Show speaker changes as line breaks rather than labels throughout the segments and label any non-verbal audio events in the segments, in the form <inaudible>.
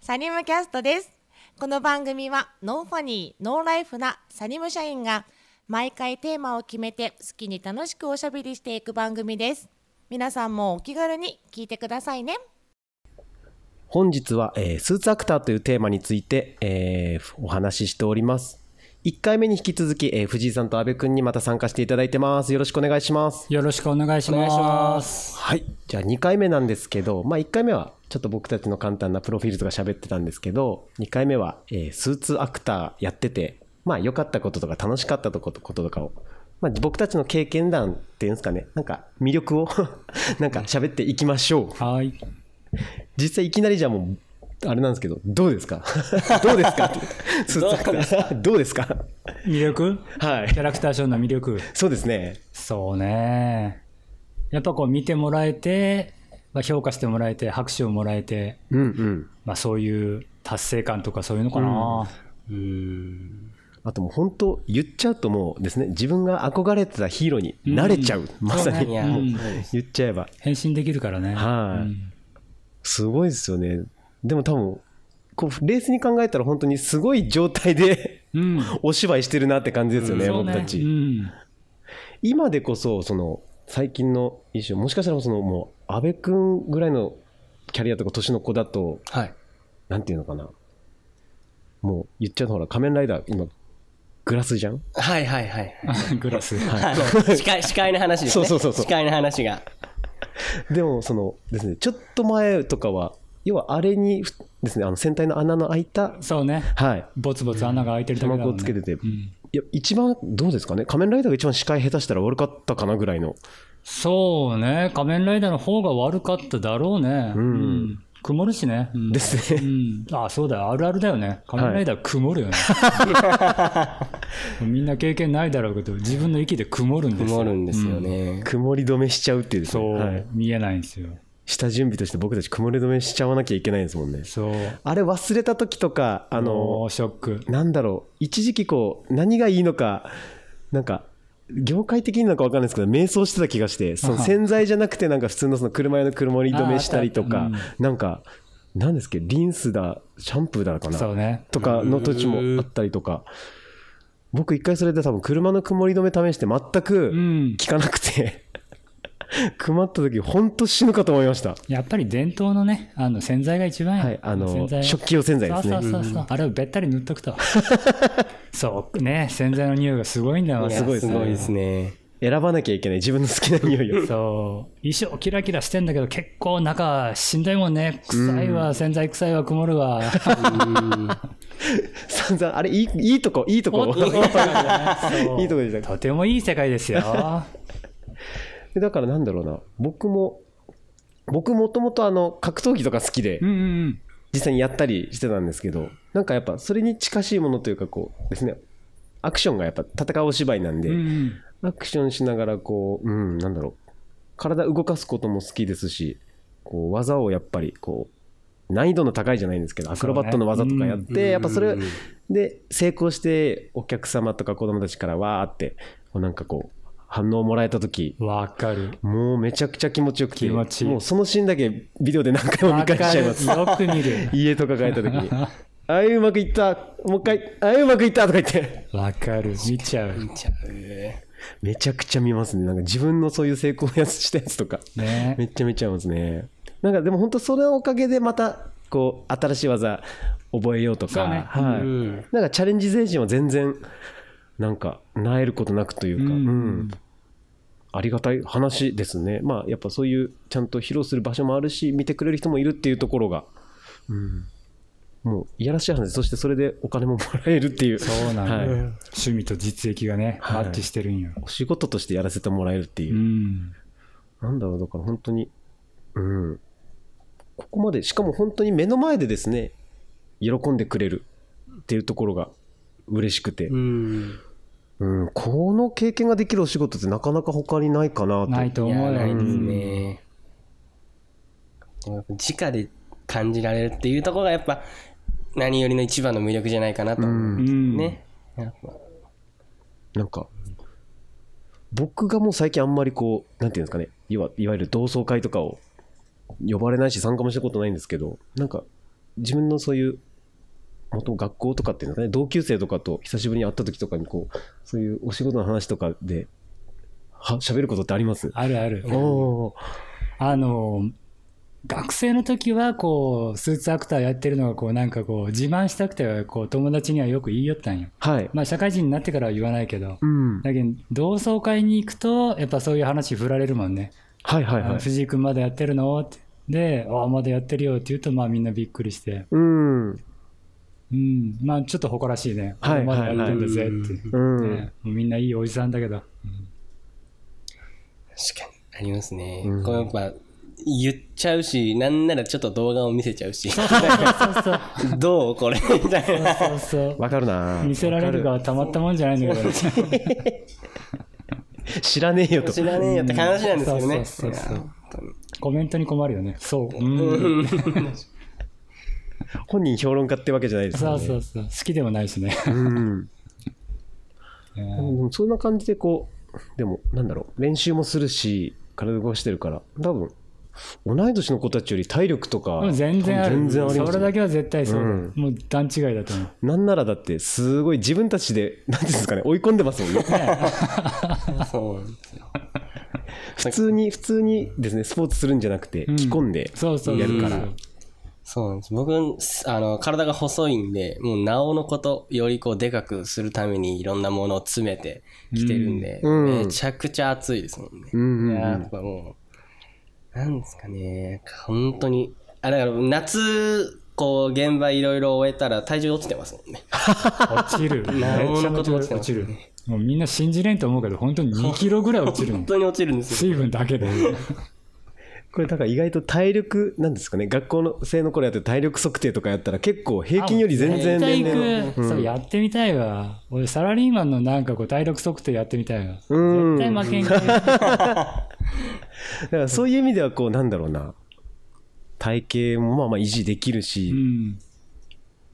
サニムキャストですこの番組はノンファニーノーライフなサニム社員が毎回テーマを決めて好きに楽しくおしゃべりしていく番組です皆さんもお気軽に聞いてくださいね
本日は、えースーツアクターというテーマについて、えーお話ししております。1回目に引き続き、えー藤井さんと阿部君にまた参加していただいてます。よろしくお願いします。
よろしくお願いします。
はい。じゃあ2回目なんですけど、まあ1回目はちょっと僕たちの簡単なプロフィールとか喋ってたんですけど、2回目は、えースーツアクターやってて、まあ良かったこととか楽しかったことこととかを、まあ僕たちの経験談っていうんですかね、なんか魅力を <laughs> なんか喋っていきましょう。
はい。
実際いきなりじゃあもうあれなんですけどどうですか <laughs> どうですかってスーツアクターどうですか
魅力
はい
キャラクターショーの魅力。
そうですね
そうね。やっぱこう見てもらえて、まあ、評価してもらえて、拍手をもらえて、
うんうん
まあ、そういう達成感とかそういうのかな。うん。
あともう本当言っちゃうともうですね自分が憧れてたヒーローになれちゃう、まさに
んや
もう言っちゃえば
変身できるからね。
はい
うん
すごいですよねでも多分こう冷静に考えたら本当にすごい状態で <laughs>
うん。
お芝居してるなって感じですよね、
そう
僕たち、
うん。 <laughs>
今でこそその最近の衣装もしかしたらそのもう阿部君ぐらいのキャリアとか年の子だと
はい。
なんていうのかなもう言っちゃうとほら仮面ライダー今グラスじゃん
はいはいはい。
グラス。
あの
<laughs>
司会、司会の話ですね。
そうそうそうそう
司会の話が。
でもそのですねちょっと前とかは要はあれにふですねあの船体の穴の開いた
そうね。
はい
ぼつぼつ穴が開いてるだけだもん
卵をつけてて、
うん
いや一番どうですかね仮面ライダーが一番視界下手したら悪かったかなぐらいの
そうね。仮面ライダーの方が悪かっただろうね。
うん
曇るしね。うん
ですね
うん、あそうだよあるあるだよね仮面ライダー曇るよね、
<laughs>
みんな経験ないだろうけど自分の息で曇るんですよ
曇るんですよね。
曇り止めしちゃうっていうですね
そう、
はい
見えないんですよ
下準備として僕たち曇り止めしちゃわなきゃいけないんですもんね
そう
あれ忘れた時とかあ
あ
の
ショック
なんだろう一時期こう何がいいのかなんか業界的になんか分かんないですけど迷走してた気がしてその
あは
洗剤じゃなくてなんか普通のその車用の車に止めしたりと
ああ
か
ったあっ
なんかなんですっけリンスだシャンプーだか
そう
な
ね
とかの土地もあったりとか僕一回それで多分車の曇り止め試して全
う
く
ん
効かなくて <laughs> 曇った時本当死ぬかと思いました
やっぱり伝統のねあの洗剤が一番や
はいあ
洗
の
剤
食器用洗剤ですね
そうそうそうそうあれをべったり塗っとく <laughs> とそうね洗剤の匂いがすごいんだよ
いや
すごいですね
すごいですね。
選ばなきゃいけない自分の好きな匂いを
そう衣装キラキラしてんだけど結構中しんどいもんね臭いわ洗剤臭いわ曇る
<laughs>
わ
散々あれいいいいとこいいとこいいとこでした
とてもいい世界ですよ
でだからなんだろうな僕も僕もともとあの格闘技とか好きで
うんうん
実際にやったりしてたんですけどなんかやっぱそれに近しいものというかこうですねアクションがやっぱ戦うお芝居なん
うんう
で
ん
アクションしながらこううんなんだろう体動かすことも好きですしこう技をやっぱりこう難易度の高いじゃないんですけどアクロバットの技とかやっ
そう
てやっぱそれ
うん
で成功してお客様とか子供たちからわーってこうなんかこう反応をもらえた時
わかる
もうめちゃくちゃ気持ちよくて
気持ちいい
もうそのシーンだけビデオで何回も見
わか
返しちゃい
る
ます
よく見
<laughs>
る
家とか帰った時にああいうまくいったもう一回ああいうまくいったとか言って
わかる見ちゃう
ちゃう
めちゃくちゃ見ますねなんか自分のそういう成功のやつしたやつとか
ね
めっちゃめちゃ見ますねなんかでも本当それのおかげでまたこう新しい技覚えようとか
そうね
はい、
うん
なんかチャレンジ精神は全然なんかなえることなくというか、
うん
うんありがたい話ですねまあやっぱそういうちゃんと披露する場所もあるし見てくれる人もいるっていうところが、うん、もういやらしい話そしてそれでお金ももらえるっていう
そうなの、
はい、
趣味と実益がね、
はい
マッチしてるんよ、
お仕事としてやらせてもらえるっていうう、
ん、
なんだろうだから本当にうんここまでしかも本当に目の前でですね喜んでくれるっていうところが嬉しくて、
うん。
うん、この経験ができるお仕事ってなかなか他にないかなと。
ないと
いや
思うよ
ないですね。でもやっぱ直で感じられるっていうところがやっぱ何よりの一番の魅力じゃないかなと
う
思うんね。やっぱ
なんか、僕がもう最近あんまりこう、なんていうんですかね、いわいわゆる同窓会とかを呼ばれないし参加もしたことないんですけど、なんか、自分のそういう元々学校とかっていうんですかね同級生とかと久しぶりに会った時とかにこうそういうお仕事の話とかでは喋ることってあります
あるある。
おー
あの、学生の時は、こう、スーツアクターやってるのが、こう、なんかこう、自慢したくて、こう、友達にはよく言いよったんよ。
はい、
まあ、社会人になってからは言わないけど。
うん、
だけど、同窓会に行くと、やっぱそういう話振られるもんね。
はいはい
あ
は
の
い
藤井君まだやってるのって。で、ああ、まだやってるよって言うと、まあみんなびっくりして。
うん
うん、まあちょっと誇らしいね。
はい
俺まだやってんだぜ
はいはい
って。
うん、
ねもうみんないいおじさんだけど。
確かに。ありますね。
うん
こうやっぱ、言っちゃうし、なんならちょっと動画を見せちゃうし、
そうそう。
<laughs> どうこれみたいな。
そうそう。
わかるな
見せられる側たまったもんじゃないんだけど。
知らねえよと
知らねえよって話なんですけどね。
そうそうそうそう
いや本当に
コメントに困るよね。そう。うん。
うん
本人評論家ってわけじゃないですから
そう
ね
そうそう。好きでもな
<laughs>
いしね。
うん
う
で
ん
もそんな感じでこうでもなんだろう練習もするし体動かしてるから多分同い年の子たちより体力とか
もう全然ある。
全然あります
それだけは絶対そうだ。
うん
もう段違いだと思う。
なんならだってすごい自分たちで何ていうんですかね追い込んでますもんね
<laughs>
そうなんですよ。
普通に普通にですねスポーツするんじゃなくて
うん
着込んで、
そうそうそう。
やるから
そうなんです。僕、あの、体が細いんで、もう、なおのこと、よりこう、でかくするために、いろんなものを詰めてきてるんで、
うん
めちゃくちゃ暑いですもんね。
うんうんうん
やっぱもう、なんですかね、本当に、あ、だから、夏、こう、現場いろいろ終えたら、体重落ちてますもんね。
落ち
<laughs>
る。めち
なるほど
ゃめちゃ落ちる。もうみんな信じれんと思うけど、本当に2キロぐらい落ちるの
本。当に落ちるんですよ。
水分だけで。
これだから意外と体力なんですかね学校の生の頃やって体力測定とかやったら結構平均より全然
絶対
年齢の
行く。そう、やってみたいわ。俺、サラリーマンのなんかこう、体力測定やってみたいわ。
うん
絶対負けんけ
だからそういう意味ではこうなんだろうな体型もまあまあ維持できるし、
ど。うん。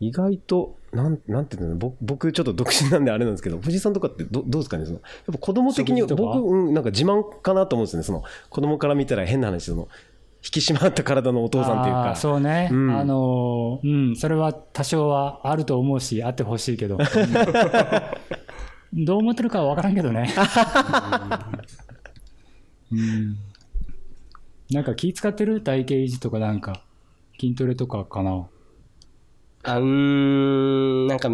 意外となんなんていうの僕僕ちょっと独身なんであれなんですけど藤井さんとかってどどうですかねそのやっぱ子供的に
食事とか
僕、うん、なんか自慢かなと思うんですよねその子供から見たら変な話その引き締まった体のお父さんっていう
あ
か
ーそうね。
うん
あのー、うん、それは多少はあると思うし、あってほしいけど。 <laughs> うんどう思ってるかは分からんけどね。うん。なんか気使ってる体型維持とかなんか、筋トレとかかな。
あうーん、なんか、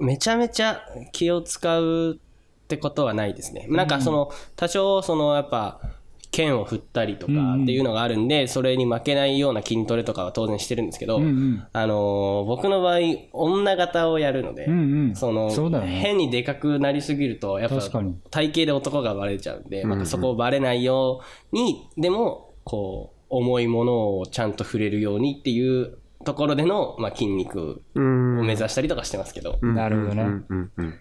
めちゃめちゃ気を使うってことはないですね。なんかその、多少そのやっぱ、剣を振ったりとか
うんうん
っていうのがあるんで、それに負けないような筋トレとかは当然してるんですけど、
うんうん。
あのー僕の場合、女型をやるので、
うんうん。
その
うだよね。
変にでかくなりすぎると、やっぱ
確かに
体型で男がバレちゃうんで、なんかそこをバレないように、でも、こう、重いものをちゃんと触れるようにっていうところでの、まあ、筋肉
うん
を目指したりとかしてますけど、
なるほどね。
うんうんうん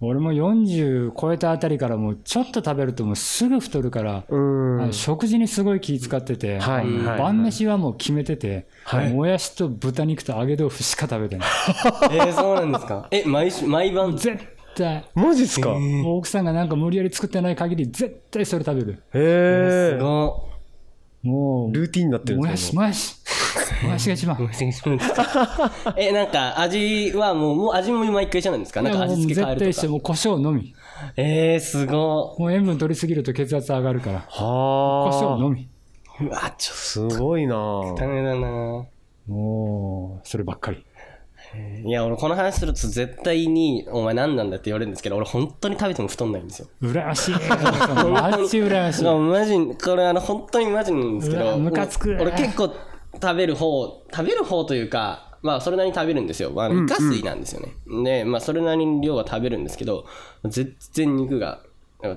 俺も40超えたあたりからもうちょっと食べるともうすぐ太るから、
うん
あの食事にすごい気使ってて、
はい
あの
はい
晩飯はもう決めてて、
はい
もやしと豚肉と揚げ豆腐しか食べてない。
えーそうなんですか <laughs> え毎週毎晩
絶対。
マジっすかへ
もう奥さんがなんか無理やり作ってない限り絶対それ食べる。
え
すご
もう、
ルーティンになってるん
も
で
や
す
し、
よ
もやし。もやし
<laughs>
が一番。
いえなんか味はもうもう味も毎回一緒なんですかなんか
もう
味付け変え
絶
る
対
と
して、
か
もう胡椒のみ。
えー、すご
もう塩分取りすぎると血圧上がるから。胡椒
はあ
のみ。
いうわちょっ
すごいな
とダメだな
もう、そればっかり。
いや俺この話すると絶対に「お前何なんだ」って言われるんですけど俺本当に食べても太んないんですよ
羨ま
<laughs>
しい。マジ羨ましい。
マジこれあの本当にマジなんですけ
う
ど
わムカつく
俺結構食べる方食べる方というかまあそれなりに食べるんですよ、まあ、イカ水なんですよね、でまあそれなりに量は食べるんですけど全然肉が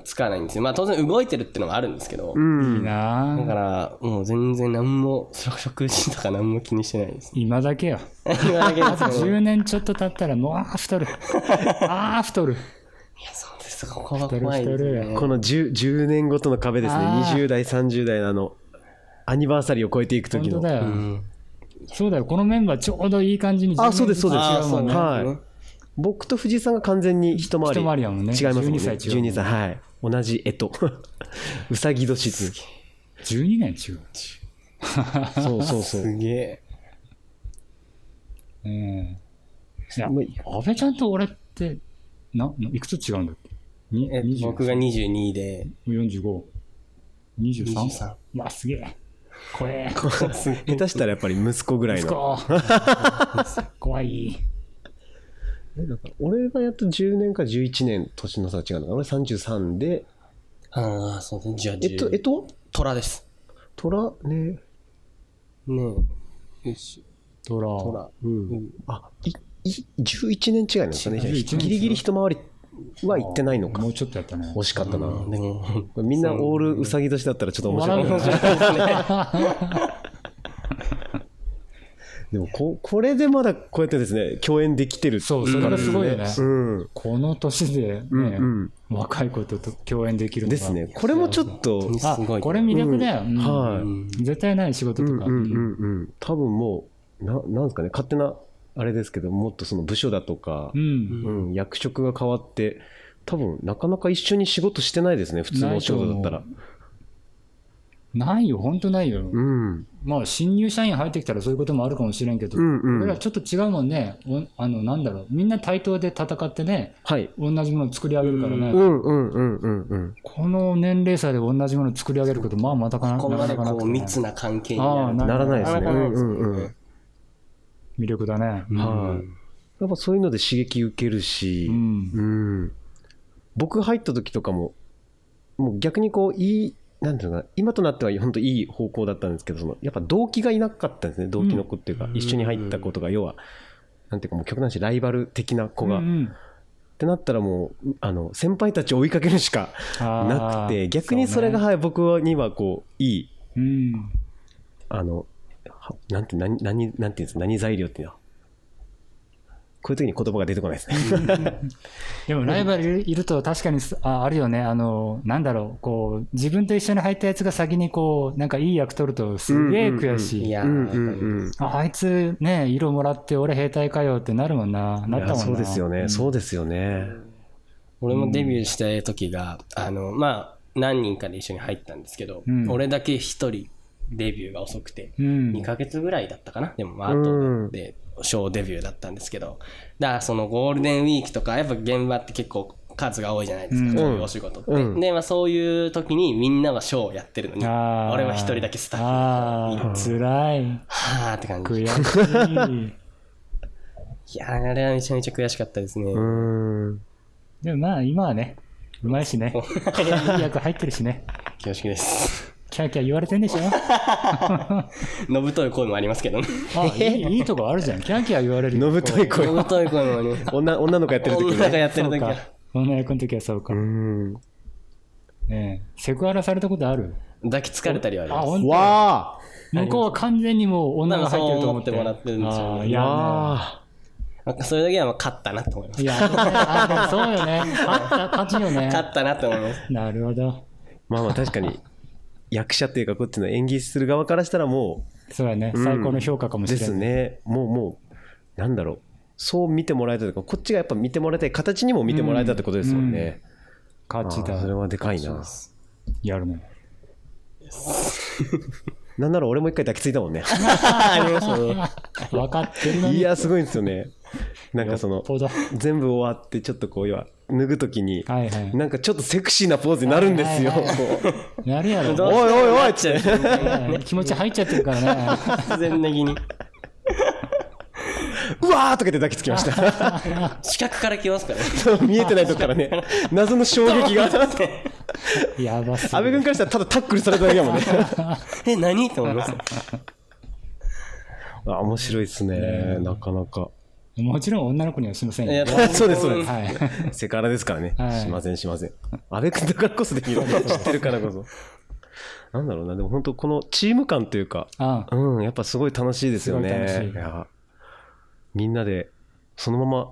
つかないんですよまあ当然動いてるってのもあるんですけど、
いいな
だ
ぁ
からもう全然何も食事とか何も気にしてない
<laughs>
です
今だけよ。
言わなきゃいけないですけどい
10年ちょっと経ったら、もう、あー太る。あー太る。
やそうですここが
太る
怖い
太
ですね
る。
この 10, 10年ごとの壁ですね
あー
20代30代のあのアニバーサリーを超えていく
本
時
当
の
だよ、
ん
そうだよ。このメンバーちょうどいい感じに。
あそうですそうです
10年ずつ違うもんね。
あはい僕と藤井さんが完全に一回り
一回りやもんね
違いますもんね
12歳違うもん
12歳はい同じえ <laughs> とうさぎ年っていう
12年違う。
そうそうそう
すげえ。
うん。いや、
もう
安倍ちゃんと俺って、な、ないくつ違うんだっけに
え
20
僕が22で、 <laughs>
45。23?
23
うわ、すげえ。怖え。
下手したらやっぱり息子ぐらい
息
の。
子 <laughs> 怖い。
えだから俺がやっと10年か11年年の差は違うのかな。俺33で、
ああ、そうですね。じゃあ、
えっと、えっと、
虎です。
虎ね、
ねえ。よし。
トラ。
トラ
うん。
あ、い、い、11年違いなんですかね。じゃあ
11年
ギリギリ一回りは行ってないのか
も。うちょっとやったね。
惜しかったな。
うんでも、
これみんなオールうさぎ年だったらちょっと面白い
笑うよね
<laughs> でもこ、これでまだこうやってですね、共演できてる。
<laughs> そう、それがすごいよね。
うん。
この年でね、
うん
若い子と共演できるの
で
が
すね。これもちょっと、
あ、
すごい
これ魅力だよ。うん
はい。
絶対ない仕事とか。
うんうんうんうん、多分もうななんですかね勝手なあれですけどもっとその部署だとか
う、ん
うん役職が変わって多分なかなか一緒に仕事してないですね普通のお仕事だったら
ないないよ、本当ないよ。
うん、うん
まあ、新入社員入ってきたらそういうこともあるかもしれんけど、
うん
俺らちょっと違うもんね。おあの、なんだろう。みんな対等で戦ってね、
はい
同じものを作り上げるから
う
ね。
んうんうんうんうん
この年齢差で同じものを作り上げること、まあ、またかな
ここまでこ
なかな
う
かない
密な関係に
あ
な
あ
る。
な
ならないですね
なかなかないですね
うんうんうん
魅力だね。
はいやっぱそういうので刺激受けるし、
うん。
うん、僕入った時とかももう逆にこういいなんていうのかな今となっては本当いい方向だったんですけどそのやっぱ同期がいなかったんですね同期の子っていうか、
うん
一緒に入った子とか要はなんていうかもう極端にライバル的な子が、
うん
っ
うん
てなったらもうあの先輩たちを追いかけるしか
あー
なくて逆にそれが
うね
はい僕にはこういい
うん。
あのはなんて何何なんていうんですか何材料っていうのはこういう時に言葉が出てこないですね。
でもライバルいるいると確かにすああるよね、あの、なんだろう、こう、自分と一緒に入ったやつが先にこう、なんかいい役取るとすげえ悔しい。
いやー、
うんうんうん
ああいつね、色もらって俺兵隊かよってなるもんな。なったもん
い
な。
やそうですよね、そうですよね。
俺もデビューした時が、あの、まあ、何人かで一緒に入ったんですけど、
うん
俺だけ一人デビューが遅くて、
うん。
2ヶ月ぐらいだったかな。でも、まあ、
うん
後で、小デビューだったんですけど、だからそのゴールデンウィークとか、やっぱ現場って結構数が多いじゃないです
うん
か、こういうお仕事って。
うん
で、まあ、そういう時にみんなはショーをやってるのに、
あー
俺は一人だけスタッフ
ああ、つらい。
はーって感じ。
悔しい。
いやー、あれはめちゃめちゃ悔しかったですね。
うん。
でもまあ、今はね、うまいしね。いい役入ってるしね。
恐縮です。 <laughs>
キャーキャー言われてんでしょ
のぶとい声もありますけどね。
あいいいいとこあるじゃん。キャーキャー言われる
の
よ。
ぶとい
の
<laughs> 声。
ぶとい声もあります。
女女の子やってる時
女
に
が
ね。
やってる
そう
時
か
は。。
この役の時はそうか
う。ん。
ねえセクハラされたことある
抱きつかれたりはあり
あ、
ます。
本当
わあ
向こうは完全にもう女が入ってると思って。
そう思ってもらってるんですよ
あーいや、
わあ
なんかそれだけはまあ勝ったなと思います
い。や、 <laughs> あでもそうよね。勝った、勝ちよね。
勝ったなと思います。
なるほど。
まあまあ確かに役者っていうかこっちの演技する側からしたらも
そうやね。
ん
最高の評価かも
う
し
で
れ
す
ない。
ね。もうもうなんだろう。そう見てもらえたというかこっちがやっぱ見てもらいたい形にも見てもらえたってことですもんね。
勝ち
あーそれ
だ。
はでかいな。
やるね。
なんなら俺も一回抱きついたもん <laughs> ね。
分かってるのに。
いやすご <laughs> いんですよね。なんかその
ほど。
全部終わってちょっとこう要は脱ぐときに。
はいはい。
なんかちょっとセクシーなポーズになるんですよ。
はいはい
こう
やるやろ。
どう
おいおいおいっつって。
はい気持ち入っちゃってるか
<laughs>
らね。
自然的に。
<laughs> うわーとか言って抱きつきました。 <laughs>
視覚から来ますからね。
見えてないとこから
<laughs>
ね、謎の衝撃が。
やばす
安倍
ぎ
君
る。
からしたらただタックルされただけだもんね。
<laughs> え、何と思います。
あ面白いですね、なかなか。
もちろん女の子にはしません
いや
よ。
そうですそうです
はい。
セクハラですからね。
はい
しません、しません。安倍君だからこそできる。知ってるからこそ。なんだろうな、でも本当このチーム感というか、
あ
うん、やっぱすごい楽しいですよ
すごい楽し
ね。
い
やみんなで、そのまま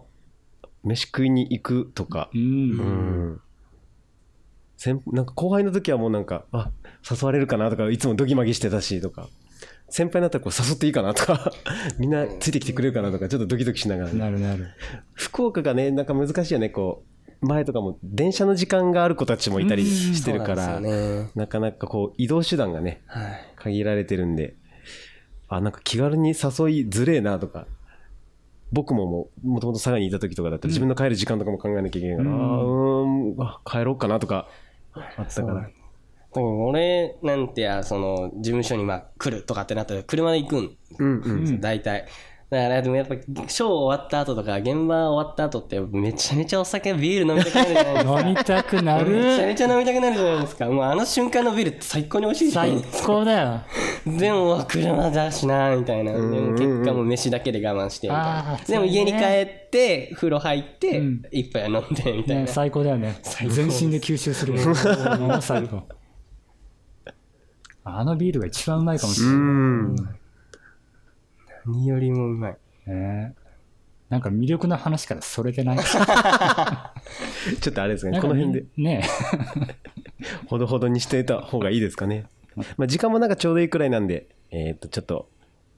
飯食いに行くとか
う、ん。
うん先なんか後輩の時はもうなんかあ誘われるかなとかいつもドギマギしてたしとか先輩になったらこう誘っていいかなとか <laughs> みんなついてきてくれるかなとかちょっとドキドキしながら、
なるなる。
福岡がねなんか難しいよねこう前とかも電車の時間がある子たちもいたりしてるから、
そうなんですよね。
なかなかこう移動手段がね
はい。
限られてるんであなんか気軽に誘いづれえなとか僕ももう、もともと佐賀にいた時とかだったら、自分の帰る時間とかも考えなきゃいけないから、あ
うん
ーうーん、あ帰ろうかなとか、あったか
そう
ら
だ。
でも俺なんてや、その、事務所にまあ来るとかってなったら、車で行くん
うんうん。
ですよ、大体。だから、でもやっぱ、ショー終わった後とか、現場終わった後って、めちゃめちゃお酒、ビール飲みたくなるじゃないです <laughs> か。
飲みたくな
めちゃ
る
めちゃ飲みたくなるじゃないですか。もうあの瞬間のビールって最高に美味しいですよ
最
ね。
高だよ。
でも、車だしな、みたいな。でも結果もう飯だけで我慢して、みた
あ
いな。
ー
でも家に
そ
帰
うね
って、風呂入って
うん、
一杯飲んで、みたい
ね、
な。
最高だよね。全身で吸収
<laughs>
する。もう最高。あのビールが一番うまいかもしれ
う
ない。
ん。
何よりもうまい。
ねなんか魅力の話からそれ
<laughs>
でない。
ちょっとあれですかね、この辺で。。
ね
ほどほどにしてた方がいいですかね。まあ、時間もなんかちょうどいいくらいなんで、えーっと、ちょっと、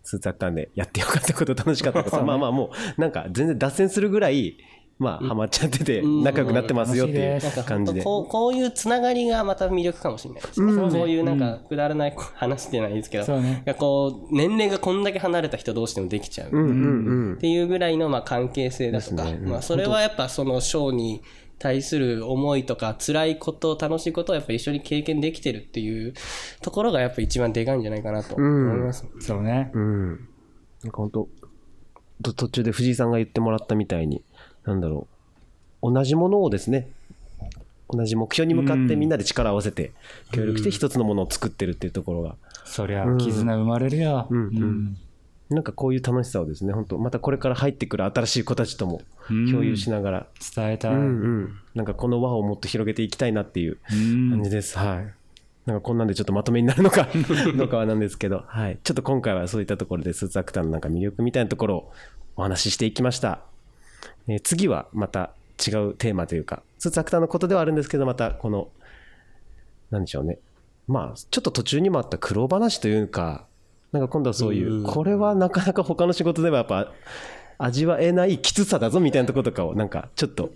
スーツあったんで、やってよかったこと、楽しかったこと、まあまあもう、なんか全然脱線するぐらい、まあ、ハマっちゃってて、
うん
仲良くなってますよってい
楽しいで
う感じで。
こうこういうつながりがまた魅力かもしれないですね、そういうなんかくだらない話じゃないですけど、
そうね
なんかこう年齢がこんだけ離れた人同士でもできちゃう、
うん
っ
うんうん。
ていうぐらいのまあ関係性だとか、
ですねうん
まあ、それはやっぱそのショーに対する思いとか辛いこと楽しいことをやっぱ一緒に経験できてるっていうところがやっぱ一番でかいんじゃないかなと思います、
え。そうね
う。ん。なんか本当と途中で藤井さんが言ってもらったみたいに、なんだろう。同じものをですね、同じ目標に向かってみんなで力を合わせて協力して一つのものを作ってるっていうところが、
そりゃ、絆生まれるよ。
うんうんなんかこういう楽しさをですね、本当またこれから入ってくる新しい子たちとも
うん
共有しながら、
伝えたい。
うんうんなんかこの輪をもっと広げていきたいなっていう
うん
感じです。はい。なんかこんなんでちょっとまとめになるのかどうかはなんですけど、はい。ちょっと今回はそういったところでスーツアクターのなんか魅力みたいなところをお話ししていきました。えー次はまた違うテーマというか、スーツアクターのことではあるんですけど、またこの、なんでしょうね。まあ、ちょっと途中にもあった苦労話というか、なんか今度はそういう、これはなかなか他の仕事ではやっぱ味わえないきつさだぞみたいなところとかをなんかちょっと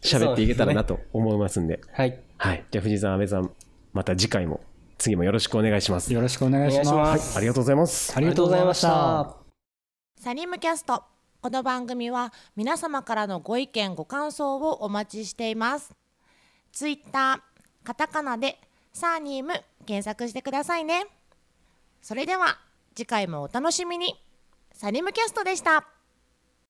喋っていけたらなと思いますんで。
はい
はい。じゃあ藤井さん、安倍さん、また次回も、次もよろしくお願いします。
よろしくお願いし
お願いし
ま
ます
す。
ありがとうございます。
ありがとうございました。
サニムキャストこの番組は皆様からのご意見ご感想をお待ちしていますツイッターカタカナでサーニーム検索してくださいねそれでは次回もお楽しみにサニムキャストでした